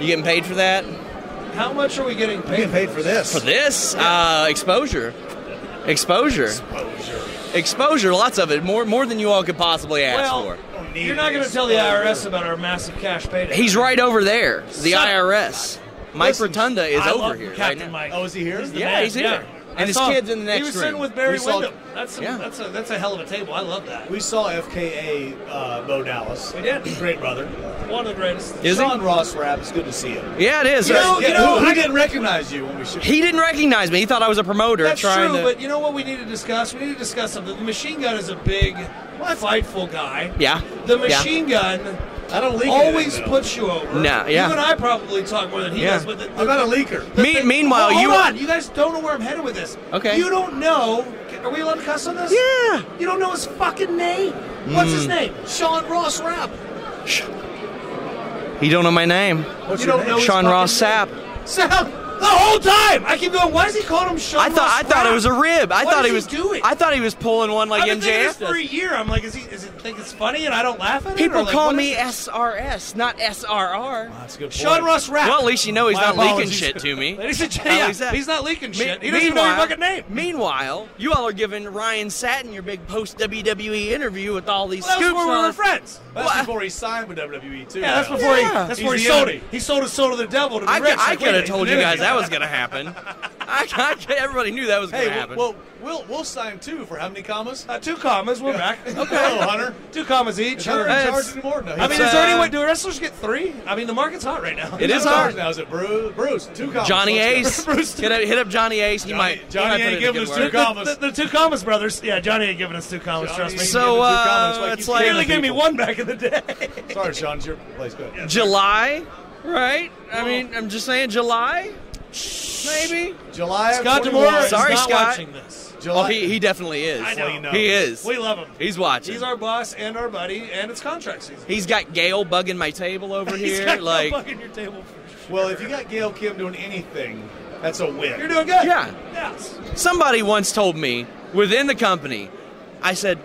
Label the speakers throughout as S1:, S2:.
S1: You getting paid for that?
S2: How much are we getting paid,
S3: getting paid for this?
S1: For this? Uh, exposure. Exposure.
S3: Exposure.
S1: Exposure, lots of it. More more than you all could possibly ask
S2: Well,
S1: for.
S2: you're not going to tell the IRS about our massive cash payday.
S1: He's right over there. The
S2: Son of a-
S1: IRS. Mike
S3: Listen,
S1: Rotunda is
S2: I
S1: over
S2: love
S1: here right
S2: Captain
S1: now.
S2: Mike.
S3: Oh, is he here?
S2: He's the
S1: Yeah,
S2: man,
S1: he's here. And
S2: I
S1: his
S2: saw him.
S1: kid's in the next
S2: He was
S1: room.
S2: sitting with Barry
S3: We saw-
S2: Windham. That's some,
S1: Yeah.
S2: that's a that's a hell of a table. I love that.
S3: We saw FKA uh, Bo Dallas.
S2: We did.
S3: Great brother.
S2: One of the greatest.
S1: Is he?
S3: Sean Ross Rapp. It's good to see him.
S1: Yeah, it is.
S2: You know-
S3: Yeah,
S2: you know,
S3: who, who
S2: I-
S3: didn't recognize you when we should.
S1: he didn't recognize me. He thought I was a promoter
S2: That's
S1: trying
S2: true,
S1: to.
S2: but you know what we need to discuss? We need to discuss something. The machine gun is a big, fightful guy.
S1: Yeah.
S2: The
S1: Yeah.
S2: machine gun
S3: I don't leak
S2: always
S3: anything, though.
S2: puts you over.
S1: Nah, yeah.
S2: You and I probably talk more than he
S1: Yeah.
S2: does, but the, the,
S3: I'm not a leaker.
S1: Me- meanwhile,
S2: Hold-
S1: you
S2: hold on. You guys don't know where I'm headed with this.
S1: Okay.
S2: You don't know. Are we allowed to cuss on this?
S1: Yeah. Hmm.
S2: You don't know his fucking name. What's his name?
S3: Sean Ross Rapp.
S1: You don't know my name.
S3: What's
S2: you
S3: your
S2: don't
S3: name?
S2: know. his
S1: Sean
S2: fucking
S1: Ross
S2: name. Sam. The whole time. I keep going. Why does he call him Sean?
S1: I thought I
S2: Ross
S1: thought
S2: Rapp?
S1: it was a rib. I
S2: Why
S1: thought
S2: does
S1: he was
S2: doing.
S1: I thought he was pulling one like
S2: I've been thinking this
S1: MJF.
S2: for a year. I'm like, is he? Is it think it's funny and I don't laugh at it?
S1: People
S2: Or, like,
S1: call
S2: what
S1: me
S2: is it?
S1: SRS, not SRR.
S3: That's a good.
S2: Sean
S3: point.
S2: Ross Rapp.
S1: Well, at least you know he's
S3: My
S1: not leaking
S3: apologies.
S1: shit to me.
S2: Ladies and
S1: At
S2: gentlemen,
S1: least that-
S2: he's not leaking shit.
S1: Me-
S2: He doesn't even know your
S1: meanwhile-
S2: fucking name.
S1: Meanwhile, you all are giving Ryan Satin your big post WWE interview with all these
S2: Well, that was
S1: scoops.
S2: before we
S1: on-
S2: were friends.
S3: That's
S1: Well, I-
S3: before he signed with WWE too.
S2: Yeah, that's
S3: now.
S2: before
S1: Yeah.
S2: he. That's
S3: He's
S2: before he
S3: the
S2: sold
S3: enemy.
S2: it. He sold his soul to the devil to be
S1: I,
S2: rich.
S1: could- I
S2: Like, wait
S1: could
S2: a
S1: have
S2: minute,
S1: told
S2: he's
S1: you
S2: an
S1: guys
S2: enemy.
S1: that was going to happen. I, I, everybody knew that was going
S3: Hey,
S1: to
S3: well,
S1: happen.
S3: well, we'll we'll sign two for how many commas?
S2: Uh, two commas. We're back.
S3: Hello, Hunter.
S2: Two commas each.
S3: Is Hunter in
S1: Hey,
S3: charge
S1: it's-
S3: anymore? No,
S2: I mean,
S3: he's not.
S2: is
S1: It's,
S2: there
S1: uh,
S2: any way? Do wrestlers get three? I mean, the market's hot right now.
S1: It
S3: He's
S1: is
S3: in
S1: hard.
S3: charge now. Is it Bruce? Bruce, two commas.
S1: Johnny
S3: Let's
S1: Ace,
S3: go. Bruce,
S1: hit up, hit up Johnny Ace. He
S3: Johnny-
S1: might. he
S3: Johnny
S1: might
S3: ain't
S1: put in a
S3: giving
S1: good
S3: us
S1: word.
S3: two commas.
S2: The, the two commas, brothers. Yeah, Johnny ain't giving us two commas. Trust me.
S3: Johnny-
S1: So
S3: Give him two
S1: uh,
S3: commas, like
S1: it's
S3: you
S2: he
S1: like
S3: can't
S2: only gave me one back in the day.
S3: Sorry, Sean, it's your place. Go ahead.
S1: July, right? I mean, I'm just saying July, maybe.
S3: July. of
S2: Scott
S3: 21.
S2: Demore is
S1: Sorry,
S2: not
S1: Scott.
S2: watching this.
S3: July.
S1: Oh, he, he definitely is.
S2: I know.
S3: Well, you know.
S1: He is.
S2: We love him.
S1: He's watching.
S2: He's our boss and our buddy, and it's contract season.
S1: He's got Gail bugging my table over
S2: He's
S1: here.
S2: got no
S1: like,
S2: bug in your table for sure.
S3: Well, if you got Gail Kim doing anything, that's a win.
S2: You're doing good.
S1: Yeah.
S2: Yes.
S1: somebody once told me within the company, I said,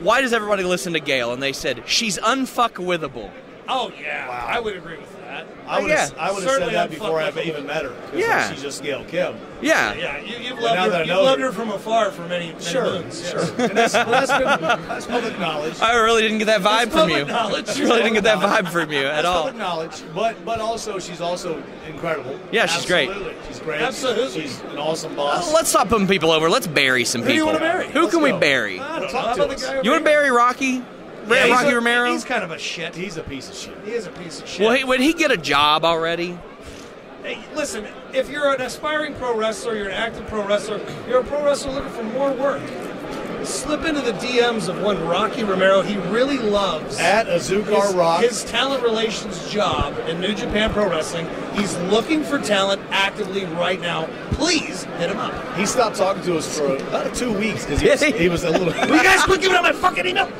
S1: "Why does everybody listen to Gail?" And they said, "She's unfuckwithable."
S2: Oh yeah. I would agree with that.
S3: I would
S1: Yeah.
S3: have I would have said
S2: Certainly
S3: that
S2: unfuckable.
S3: before I've even met her. 'cause, like,
S1: Yeah.
S3: she's just Gail Kim.
S1: Yeah.
S2: Yeah, you, you've
S3: now
S2: loved
S3: that
S2: her.
S3: I
S2: You've
S3: know
S2: loved
S3: her-
S2: her from afar for many, many moons. yes.
S3: and that's, well, that's, been, that's public knowledge.
S1: I really didn't get that vibe
S2: It's
S1: from
S2: public
S1: you.
S2: knowledge.
S1: I really didn't get that vibe from you at
S3: that's
S1: all.
S3: public knowledge. But but also she's also incredible.
S1: Yeah, she's great.
S3: Absolutely. She's great.
S2: Absolutely.
S3: She's an awesome
S1: Uh,
S3: boss.
S1: Let's stop putting people over. Let's bury some
S2: do you
S1: people.
S2: wanna bury?
S1: Who
S3: Let's
S1: can we
S3: go.
S2: I
S1: bury?
S2: don't
S3: Well,
S2: know.
S3: talk
S2: How
S3: to
S2: about the
S3: us.
S2: guy over
S1: You want to
S2: here?
S1: bury Rocky?
S2: Yeah, he's
S1: Rocky
S2: a-
S1: Romero?
S2: He's kind of a shit. He
S3: He's a piece of shit.
S2: is a piece of shit.
S1: Well, he, would he get a job already?
S2: Hey, listen, if you're an aspiring pro wrestler, you're an active pro wrestler, you're a pro wrestler looking for more work, slip into the DMs of one Rocky Romero he really loves.
S3: At Azucar
S2: his,
S3: Rock.
S2: his talent relations job in New Japan Pro Wrestling. He's looking for talent actively right now. Please hit him up.
S3: he stopped talking to us for about two weeks because he, was- he was a little.
S2: Will you guys quit giving out my fucking email?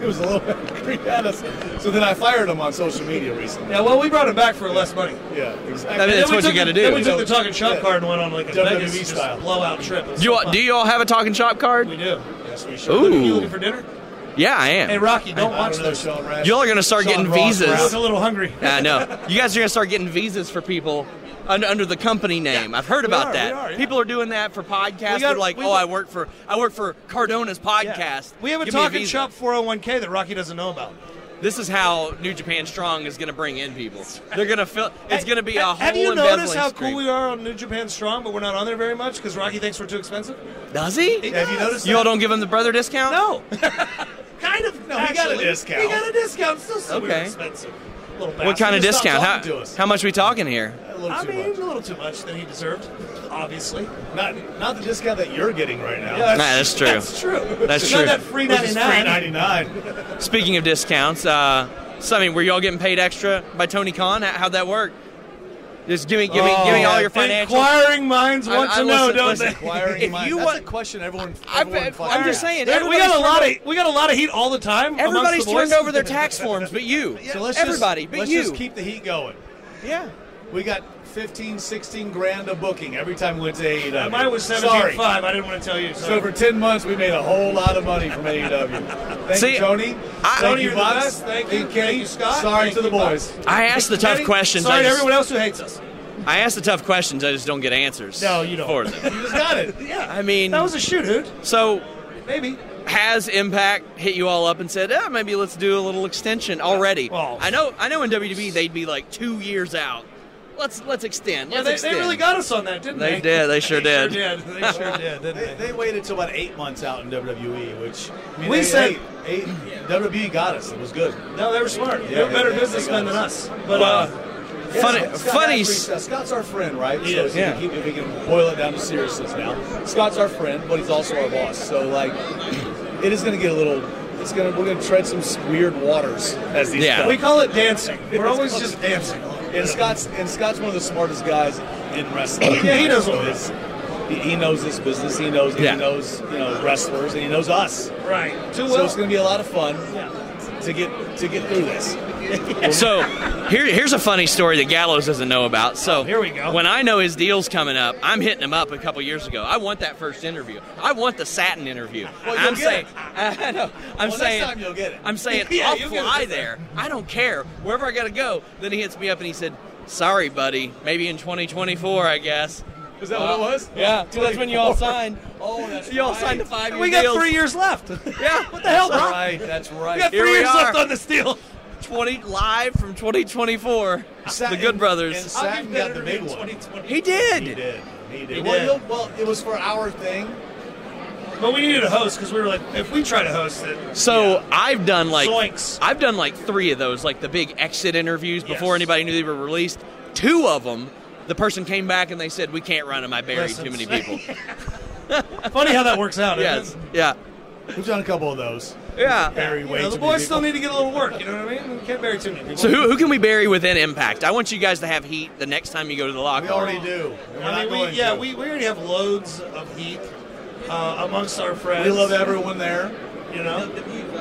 S3: It was a little. angry at us. So then I fired him on social media recently.
S2: Yeah, well, we brought him back for less money.
S3: Yeah, exactly.
S1: I mean, that's
S2: we
S1: what you
S2: took
S1: gotta
S2: the-
S1: do.
S2: Then we took the talking shop
S3: Yeah.
S2: card and went on like a
S3: WWE
S2: Vegas just
S3: style.
S2: blowout trip. It was
S1: Do you,
S2: so fun.
S1: do you all have a talking shop
S2: We
S1: card?
S2: do. Yes, we
S1: Ooh.
S2: sure. do. You looking for dinner?
S1: Yeah, I am.
S2: Hey, Rocky, don't
S3: I
S2: watch
S3: don't know,
S2: this.
S3: Sean Rash.
S1: Y'all are gonna start
S3: Sean
S1: getting
S3: Ross
S1: visas.
S2: I
S1: Uh,
S2: was
S3: Brown.
S2: a little hungry.
S1: I know. You guys are gonna start getting visas for people under, under the company name. I've heard about
S2: are,
S1: that.
S2: we are, yeah.
S1: People are doing that for podcasts.
S2: We got-
S1: They're like,
S2: we-
S1: "Oh, I work for I work for Cardona's podcast."
S2: Yeah. We have a
S1: Give me
S2: talking
S1: visa.
S2: shop 401k that Rocky doesn't know about.
S1: This is how New Japan Strong is gonna bring in people. They're gonna fill. It's
S2: Hey,
S1: gonna be a
S2: ha-
S1: whole.
S2: Have you
S1: embezzling
S2: noticed how
S1: spree.
S2: cool we are on New Japan Strong, but we're not on there very much because Rocky thinks we're too expensive?
S1: Does he?
S2: He
S3: Have you
S2: does.
S3: noticed?
S1: You
S3: that?
S1: all don't give him the brother discount?
S2: No. kind of. No,
S3: we got a
S2: We
S3: discount.
S2: got a discount. Still super
S1: Okay.
S2: expensive. Little
S1: What kind of
S3: Stop
S1: discount?
S3: talking to
S1: How,
S3: us.
S1: how much we talking here?
S3: A little
S2: I
S3: too
S2: mean,
S3: much.
S2: a little too much than he deserved, obviously.
S3: Not not the discount that you're getting right now.
S2: Yeah,
S1: Nah, that's true.
S2: That's true.
S1: That's
S2: It's
S1: true.
S2: Not that free
S3: Which is
S2: ninety nine.
S3: $3.99.
S1: Speaking of discounts, uh, so I mean, were y'all getting paid extra by Tony Khan? How- How'd that work? Just give me, give me, give
S2: Oh.
S1: me all your financial.
S2: Inquiring minds want
S1: I- I
S2: to know,
S1: listen-
S2: don't
S1: listen.
S2: they?
S3: Inquiring
S1: If
S3: mind.
S1: you
S3: That's
S1: want-
S3: a question everyone.
S1: I-
S3: everyone
S1: I'm
S3: fucking
S1: just
S3: asks.
S1: saying,
S2: There- we
S1: everybody's
S2: got a lot
S1: turned
S2: of we got a lot of heat all the time. amongst
S1: Everybody's
S2: the
S1: turned
S2: boys.
S1: over their tax forms, but you.
S3: So let's just-
S1: Everybody, but
S3: let's
S1: you.
S3: just keep the heat going.
S1: yeah.
S3: We got 15, 16 grand a booking every time we went to AEW.
S2: Uh, Mine was
S3: Sorry.
S2: seventeen five. I didn't want to tell you.
S3: So
S2: Sorry.
S3: for 10 months, we made a whole lot of money from AEW. Thank
S1: See,
S3: you, Tony.
S1: I-
S3: Thank
S1: Tony,
S3: you,
S2: you're the
S3: Box.
S2: best. Thank you.
S3: Kenny.
S2: Thank you, Scott.
S3: Sorry
S2: Thank
S3: to the
S2: you, Bob.
S3: boys.
S1: I asked the tough
S2: Kenny,
S1: questions.
S2: Sorry
S1: I,
S2: to
S1: just,
S2: everyone else who hates us.
S1: I asked the tough questions. I just don't get answers.
S2: No, you don't.
S1: For them.
S3: You just got it.
S2: Yeah,
S1: I mean-
S2: that was a shoot hoot.
S1: So,
S2: Maybe.
S1: has Impact hit you all up and said, "Eh, maybe let's do a little extension already"?
S2: Well-
S1: I know, I know. In WWE, they'd be like two years out. Let's let's extend.
S2: Yeah,
S1: Let's
S2: they, they
S1: extend.
S2: really got us on that, didn't
S1: They
S2: they?
S1: did, they sure
S2: They
S1: did.
S2: sure did. They sure did. Didn't
S3: They,
S2: they?
S3: they waited till about eight months out in WWE, which I mean,
S2: We
S3: they-
S2: said-
S3: hey, eight, WWE E got us. It was good.
S2: No, they were smart.
S3: Yeah,
S2: They're
S3: yeah,
S2: better
S3: they- they
S2: businessmen
S3: got
S2: than
S3: us.
S2: us. But uh,
S3: Yeah,
S1: Funny-
S3: Scott- Scott
S1: funny
S3: actually-
S1: s-
S3: uh, Scott's our friend, right?
S2: He
S3: so
S2: is,
S3: if
S1: yeah.
S3: we, keep, if we can boil it down to seriousness now, Scott's our friend, but he's also our boss. So like, it is going to get a little. It's going to we're going to tread some s- weird waters as these.
S1: Yeah.
S3: come.
S2: we call it dancing. We're always
S3: It's-
S2: just dancing.
S3: And Scott's and Scott's one of the smartest guys in wrestling.
S2: Yeah, he knows what it
S3: It's- He, he knows this business. He knows.
S1: Yeah.
S3: He knows. You know wrestlers, and he knows us.
S2: Right. Too
S3: So
S2: well.
S3: it's going to be a lot of fun
S2: Yeah.
S3: to get to get through this.
S1: So here, here's a funny story that Gallows doesn't know about. So
S2: here we go.
S1: When I know his deal's coming up, I'm hitting him up a couple years ago. I want that first interview. I want the satin interview.
S3: Well, you'll
S1: I'm
S3: get
S1: saying,
S3: it.
S1: I know.
S3: Well,
S1: I'm
S3: next
S1: saying,
S3: time you'll get it.
S1: I'm saying,
S3: Yeah,
S1: I'll
S3: you'll get it
S1: fly
S3: this time.
S1: there. I don't care wherever I gotta go. Then he hits me up and he said, "Sorry, buddy. Maybe in 2024, I guess."
S3: Is that what it was?
S1: Yeah, so that's when you all
S3: 24.
S1: signed.
S3: Oh, that's
S1: You all
S3: right.
S1: signed the five-year
S2: We got
S1: deals.
S2: three years left. We
S1: Yeah, what
S3: That's
S1: the hell, bro?
S3: right. That's right.
S2: got
S1: Here
S2: three
S1: we
S2: years
S1: are.
S2: left on this deal.
S1: 20 live from 2024. the
S3: Satin-
S1: Good Brothers.
S3: and Satin got the big one.
S1: He did.
S3: He did. He did.
S2: He
S3: well,
S2: did.
S3: you'll- well, it was for our thing.
S2: But we needed a host because we were like, if we try to host it,
S1: So I've done like
S2: Zoinks.
S1: I've done like three of those, like the big exit interviews before
S2: Yes.
S1: anybody knew they were released. Two of them, the person came back and they said, "We can't run them. I buried too many
S2: Lessons.
S1: people."
S2: funny how that works out.
S1: yes,
S2: Isn't it?
S1: yeah,
S3: We've done a couple of those.
S1: yeah.
S3: Very
S2: You
S3: way
S2: know, the
S3: too many
S2: boys still need
S3: people.
S2: to get a little work. You know what I mean? We can't bury too many people.
S1: So who, who can we bury within Impact? I want you guys to have heat the next time you go to the locker.
S3: We
S1: room.
S3: already do. and We're
S2: I
S3: not
S2: mean,
S3: going
S2: we, yeah,
S3: to.
S2: we, we already have loads of heat uh, amongst our friends.
S3: We love everyone there.
S2: You know,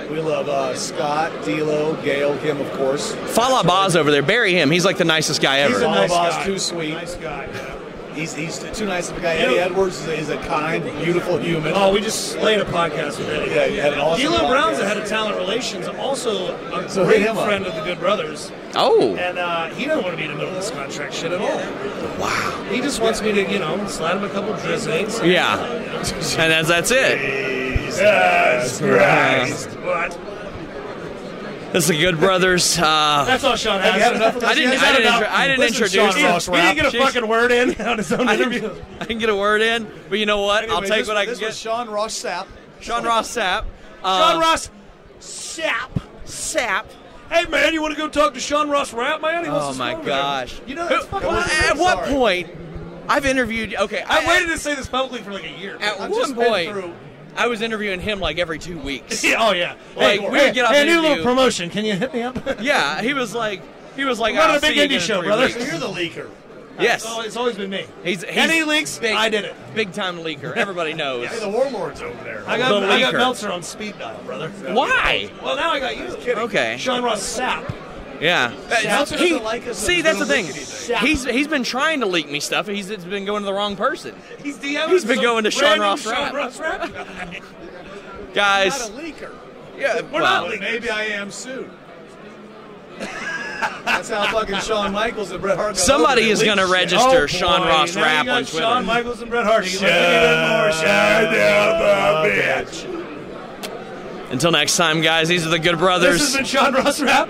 S3: We love uh, Scott, D'Lo, Gail, him, of course.
S1: Fall Out Boz over there, bury him. He's like the nicest guy ever.
S3: He's a
S2: All
S3: nice
S2: of us,
S3: guy.
S2: Too sweet.
S3: Nice
S2: guy. Yeah.
S3: He's, he's too nice of a guy. Eddie Edwards is a, is a kind, beautiful human.
S2: Oh, we just slayed a podcast with Eddie.
S3: Yeah, you had an awesome
S2: D'Lo Brown's
S3: podcast.
S2: the head of talent relations, also a
S3: So hit
S2: great
S3: him up.
S2: friend of the Good Brothers,
S1: oh,
S2: and uh, he doesn't want to be in the middle of this contract shit at all.
S1: wow.
S2: He just wants me to, you know, slide him a couple drizzlings.
S1: Yeah, and that's that's it.
S2: Yes,
S1: Christ.
S2: What?
S1: That's the Good Brothers. Uh,
S2: That's all Sean has.
S3: Have you had enough of this
S1: I didn't.
S3: yet?
S1: I didn't,
S2: enough?
S1: intro- I didn't
S3: Listen,
S1: introduce.
S3: Sean Ross,
S2: he didn't get a
S1: She's-
S2: fucking word in on his own
S1: I didn't,
S2: interview.
S1: I didn't get a word in, but you know what? I'll
S3: Anyway,
S1: take
S3: this-
S1: what I can
S3: this
S1: get.
S3: was Sean Ross Sapp.
S1: Sean Ross Sapp. Uh,
S2: Sean Ross, sap.
S1: Sapp.
S2: Hey man, you want to go talk to Sean Ross Rap, man? He wants
S1: Oh
S2: to
S1: my
S2: smoke with
S1: gosh.
S2: him. You know,
S1: Who-
S2: that's fucking
S1: well,
S3: I'm
S1: at what
S3: sorry.
S1: point? I've interviewed. Okay,
S2: I waited to say this publicly for like a year.
S1: At
S3: I've
S1: one
S3: just been
S1: point,
S3: through-
S1: I was interviewing him like every two weeks.
S2: Yeah, oh yeah.
S1: Like, we would get off
S2: hey, I
S1: an
S2: need a
S1: interview.
S2: little promotion. Can you hit me up?
S1: yeah, he was like, he was like,
S2: We're running
S1: I'll
S2: a big
S1: see you again
S2: indie
S1: in
S2: show,
S1: three
S2: brother.
S1: weeks.
S3: You're the leaker.
S1: Yes.
S2: It's always, it's always been me.
S1: He's, he's
S2: Any leaks?
S1: Big,
S2: I did it.
S1: Big time leaker. Everybody knows.
S4: Hey, the warlord's over there.
S2: I got,
S1: The
S2: I got
S1: leaker.
S2: Meltzer on speed dial, brother.
S1: Why?
S2: Well, now I got you.
S1: Okay.
S2: Sean Ross Sapp.
S1: Yeah.
S4: Meltzer doesn't
S1: He-
S4: like us, so
S1: see,
S4: he
S1: that's the
S4: doesn't
S1: thing.
S4: leak
S2: anything.
S1: He's he's been trying to leak me stuff. and He's it's been going to the wrong person.
S2: He's DMing
S1: He's been
S2: some
S1: going to Sean
S2: random
S1: Ross
S2: Sean
S1: Rapp.
S2: Ross Rapp.
S1: Guys,
S4: leaker.
S1: yeah,
S2: We're
S1: well,
S2: not leaking.
S3: Maybe I am soon. That's how fucking Shawn Michaels and Bret Hart. got
S1: Somebody
S3: over
S1: is
S3: it.
S1: going to
S2: Oh,
S1: register
S2: boy,
S1: Sean Ross
S2: now you
S1: Rap
S2: got
S1: on Twitter.
S2: Shawn Michaels and Bret Hart. You can
S4: Shut up, bitch.
S1: Until next time, guys. These are the Good Brothers.
S2: This has been Sean Ross Rapp.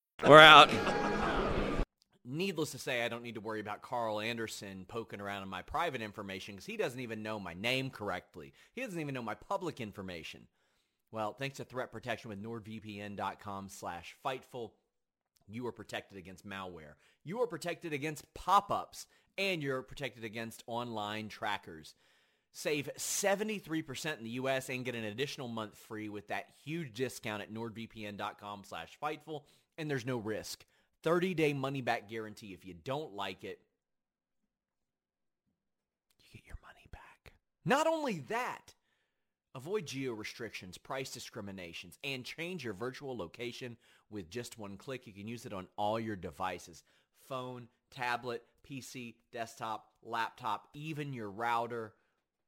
S1: We're out.
S5: Needless to say, I don't need to worry about Carl Anderson poking around in my private information because he doesn't even know my name correctly. He doesn't even know my public information. Well, thanks to threat protection with NordVPN.com slash Fightful, you are protected against malware. You are protected against pop-ups, and you're protected against online trackers. Save 73% in the US and get an additional month free with that huge discount at nordvpn.com slash fightful. And there's no risk. 30-day money-back guarantee. If you don't like it, you get your money back. Not only that, avoid geo restrictions, price discriminations, and change your virtual location with just one click. You can use it on all your devices. Phone, tablet, PC, desktop, laptop, even your router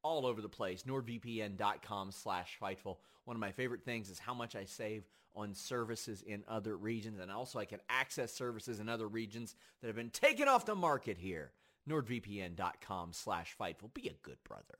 S5: all over the place. NordVPN.com slash Fightful. One of my favorite things is how much I save on services in other regions. And also I can access services in other regions that have been taken off the market here. NordVPN.com slash Fightful. Be a good brother.